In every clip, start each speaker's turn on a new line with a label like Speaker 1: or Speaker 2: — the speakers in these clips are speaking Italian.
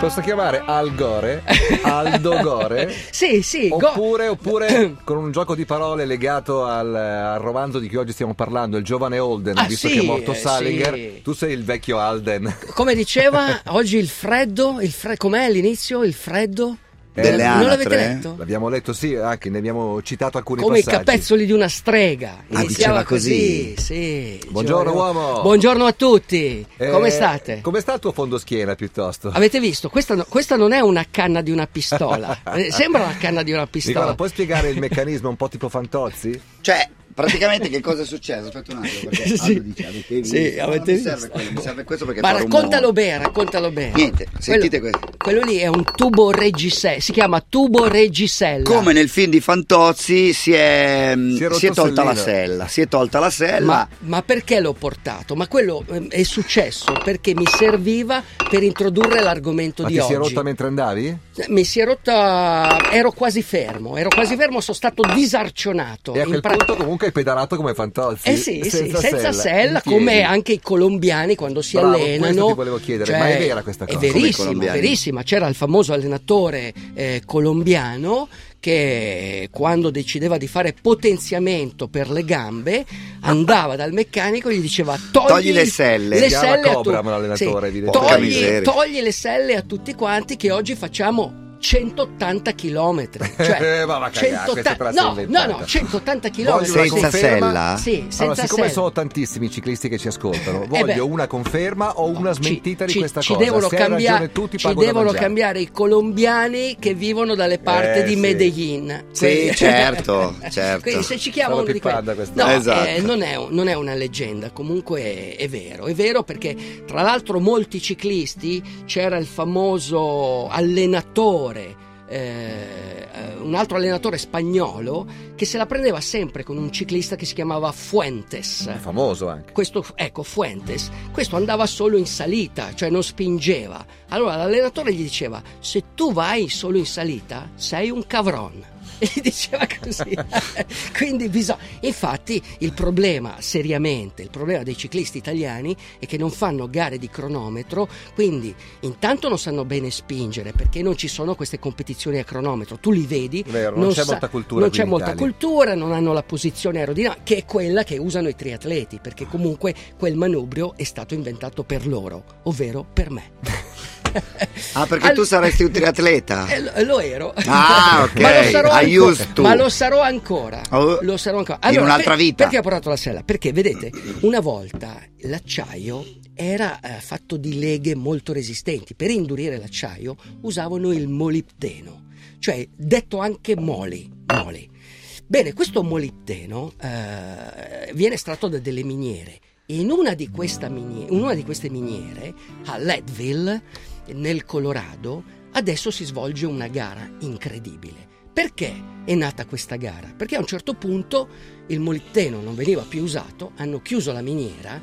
Speaker 1: posso chiamare Al Gore, Aldo Gore.
Speaker 2: Sì, sì, go-
Speaker 1: Oppure, oppure con un gioco di parole legato al, al romanzo di cui oggi stiamo parlando, il giovane Holden,
Speaker 2: Ah,
Speaker 1: visto
Speaker 2: sì,
Speaker 1: che è morto
Speaker 2: eh,
Speaker 1: Salinger,
Speaker 2: sì.
Speaker 1: tu sei il vecchio Alden.
Speaker 2: Come diceva, oggi il freddo, il fre- com'è all'inizio? Il freddo?
Speaker 1: Eh,
Speaker 2: Non
Speaker 1: Delle
Speaker 2: l'avete
Speaker 3: anatre?
Speaker 2: letto?
Speaker 1: L'abbiamo letto, sì, anche ne abbiamo citato alcuni
Speaker 2: Come i
Speaker 1: passaggi.
Speaker 2: capezzoli di una strega.
Speaker 3: Ah,
Speaker 2: Iniziava
Speaker 3: diceva così.
Speaker 2: Sì.
Speaker 1: Buongiorno, uomo.
Speaker 2: Buongiorno a tutti.
Speaker 1: Eh,
Speaker 2: Come state?
Speaker 1: Come sta il tuo fondo schiena piuttosto?
Speaker 2: Avete visto? Questa, no- questa non è una canna di una pistola. Eh, Sembra una canna di una
Speaker 1: Nicola,
Speaker 2: pistola.
Speaker 1: puoi spiegare il meccanismo un po' tipo Fantozzi?
Speaker 3: Cioè, praticamente che cosa è successo? Aspetta un attimo, perché
Speaker 2: Sì.
Speaker 3: Aldo dice, avete visto?
Speaker 2: Sì,
Speaker 3: No,
Speaker 2: avete
Speaker 3: non mi
Speaker 2: visto.
Speaker 3: serve quello, mi serve questo perché
Speaker 2: Ma
Speaker 3: fa
Speaker 2: raccontalo
Speaker 3: rumore.
Speaker 2: bene, raccontalo bene.
Speaker 3: Niente, sentite
Speaker 2: quello,
Speaker 3: questo.
Speaker 2: Quello lì è un tubo reggisella, si chiama tubo reggisella.
Speaker 3: Come nel film di Fantozzi si è, mm,
Speaker 1: Si è rotto
Speaker 3: si è tolta
Speaker 1: il
Speaker 3: la
Speaker 1: sellino.
Speaker 3: sella, si è tolta la sella.
Speaker 2: Ma, ma perché l'ho portato? Ma quello ehm, è successo perché mi serviva per introdurre l'argomento
Speaker 1: Ma
Speaker 2: di
Speaker 1: ti
Speaker 2: oggi.
Speaker 1: si è rotta mentre andavi?
Speaker 2: Mi si è rotta, ero quasi fermo, ero quasi fermo, sono stato disarcionato.
Speaker 1: E a
Speaker 2: In
Speaker 1: quel
Speaker 2: pra-
Speaker 1: punto comunque hai pedalato come Fantozzi.
Speaker 2: Eh sì, sì, senza, sella,
Speaker 1: in piedi.
Speaker 2: come anche i colombiani quando si
Speaker 1: Bravo, questo
Speaker 2: allenano. Cioè,
Speaker 1: ti volevo chiedere, ma è vera questa cosa?
Speaker 2: È
Speaker 1: Come i
Speaker 2: verissima,
Speaker 3: colombiani.
Speaker 2: verissima. C'era il famoso allenatore eh, colombiano che quando decideva di fare potenziamento per le gambe andava dal meccanico e gli diceva togli,
Speaker 3: Togli le selle."
Speaker 2: le
Speaker 1: Chiama
Speaker 2: selle a
Speaker 1: Cobra,
Speaker 2: tu-
Speaker 1: ma l'allenatore,
Speaker 2: sì,
Speaker 1: evidentemente.
Speaker 3: Porca
Speaker 2: togli,
Speaker 3: miseria.
Speaker 2: togli le selle a tutti quanti che oggi facciamo 180 km cioè
Speaker 1: Eh, ma va a cagare, questa te la sei
Speaker 2: no, no,
Speaker 1: inventata.
Speaker 2: no, 180 km
Speaker 1: Voglio una
Speaker 3: senza
Speaker 1: conferma?
Speaker 3: sella?
Speaker 2: sì,
Speaker 1: Ah?
Speaker 2: senza
Speaker 1: Allora, siccome
Speaker 2: sella.
Speaker 1: sono tantissimi i ciclisti che ci ascoltano,
Speaker 2: Eh beh.
Speaker 1: voglio una conferma o una
Speaker 2: No,
Speaker 1: smentita di
Speaker 2: ci-
Speaker 1: questa
Speaker 2: ci
Speaker 1: cosa.
Speaker 2: Devono
Speaker 1: Se hai
Speaker 2: cambiare-
Speaker 1: ragione tu, ti
Speaker 2: ci
Speaker 1: pago da
Speaker 2: devono
Speaker 1: mangiare.
Speaker 2: cambiare i colombiani che vivono dalle parti
Speaker 1: Eh,
Speaker 2: di
Speaker 1: sì.
Speaker 2: Medellin.
Speaker 3: Sì, certo, certo.
Speaker 2: Quindi se ci chiama
Speaker 1: Stavo
Speaker 2: uno di
Speaker 1: pippando
Speaker 2: quelli-
Speaker 1: questa.
Speaker 2: No,
Speaker 3: Esatto.
Speaker 2: eh, non, è, un- non è una leggenda, comunque è, è vero. È vero perché tra l'altro molti ciclisti, c'era il famoso allenatore, eh, eh, un altro allenatore spagnolo, che se la prendeva sempre con un ciclista che si chiamava Fuentes.
Speaker 1: È famoso anche.
Speaker 2: Questo, ecco, Fuentes, questo andava solo in salita, cioè non spingeva. Allora l'allenatore gli diceva: Se tu vai solo in salita, sei un cavron. E gli diceva così. Quindi bisogna. Infatti, il problema, seriamente, il problema dei ciclisti italiani è che non fanno gare di cronometro, quindi intanto non sanno bene spingere perché non ci sono queste competizioni a cronometro. Tu li vedi,
Speaker 1: Vero, non, c'è
Speaker 2: sa-
Speaker 1: molta cultura.
Speaker 2: non
Speaker 1: qui
Speaker 2: c'è
Speaker 1: in
Speaker 2: molta
Speaker 1: Italia.
Speaker 2: cultura, non hanno la posizione aerodinamica, che è quella che usano i triatleti,
Speaker 3: Ah.
Speaker 2: perché comunque quel manubrio è stato inventato per loro, ovvero per me.
Speaker 3: Ah, perché tu saresti un triatleta?
Speaker 2: Eh, lo- lo ero.
Speaker 3: Ah, ok.
Speaker 2: ma, lo sarò
Speaker 3: I
Speaker 2: anco-
Speaker 3: used to.
Speaker 2: ma lo sarò ancora.
Speaker 3: Oh,
Speaker 2: Lo sarò ancora.
Speaker 3: in un'altra vita.
Speaker 2: Perché ho portato la sella? Perché, vedete, una volta l'acciaio era eh, fatto di leghe molto resistenti. Per indurire l'acciaio usavano il molibdeno, cioè detto anche moli. moli. Bene, questo molibdeno eh, viene estratto da delle miniere. In una di, questa minie- in una di queste miniere, a Leadville, nel Colorado, adesso si svolge una gara incredibile. Perché è nata questa gara? Perché a un certo punto il molibdeno non veniva più usato, hanno chiuso la miniera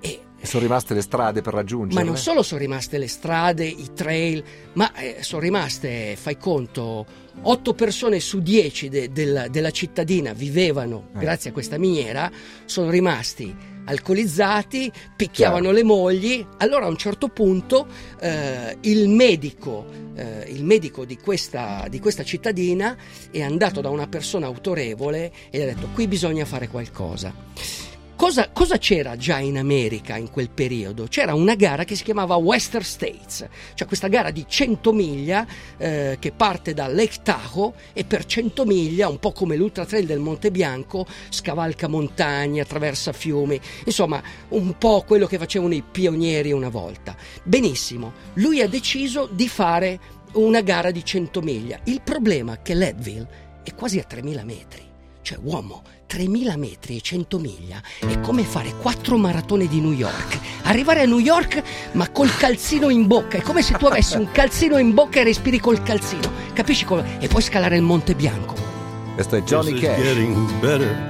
Speaker 2: e
Speaker 1: E Sono rimaste le strade per
Speaker 2: ma
Speaker 1: raggiungerle.
Speaker 2: non solo sono rimaste le strade, i trail, ma eh, sono rimaste, fai conto, 8 persone su 10 de- della, della cittadina vivevano
Speaker 1: Eh.
Speaker 2: grazie a questa miniera, sono rimasti alcolizzati, picchiavano le mogli, allora a un certo punto eh, il medico, eh, il medico di, questa, di questa cittadina è andato da una persona autorevole e gli ha detto qui bisogna fare qualcosa. Cosa, cosa c'era già in America in quel periodo? C'era una gara che si chiamava Western States, cioè questa gara di 100 miglia eh, che parte da Lake Tahoe e per 100 miglia, un po' come l'Ultra Trail del Monte Bianco, scavalca montagne, attraversa fiumi, insomma un po' quello che facevano i pionieri una volta. Benissimo, lui ha deciso di fare una gara di 100 miglia. Il problema è che Leadville è quasi a 3000 metri. Cioè, uomo, 3000 metri e 100 miglia è come fare quattro maratone di New York. Arrivare a New York ma col calzino in bocca, è come se tu avessi un calzino in bocca e respiri col calzino. Capisci come? E poi scalare il Monte Bianco.
Speaker 1: Questo è Johnny
Speaker 4: This is
Speaker 1: Cash.
Speaker 4: getting better.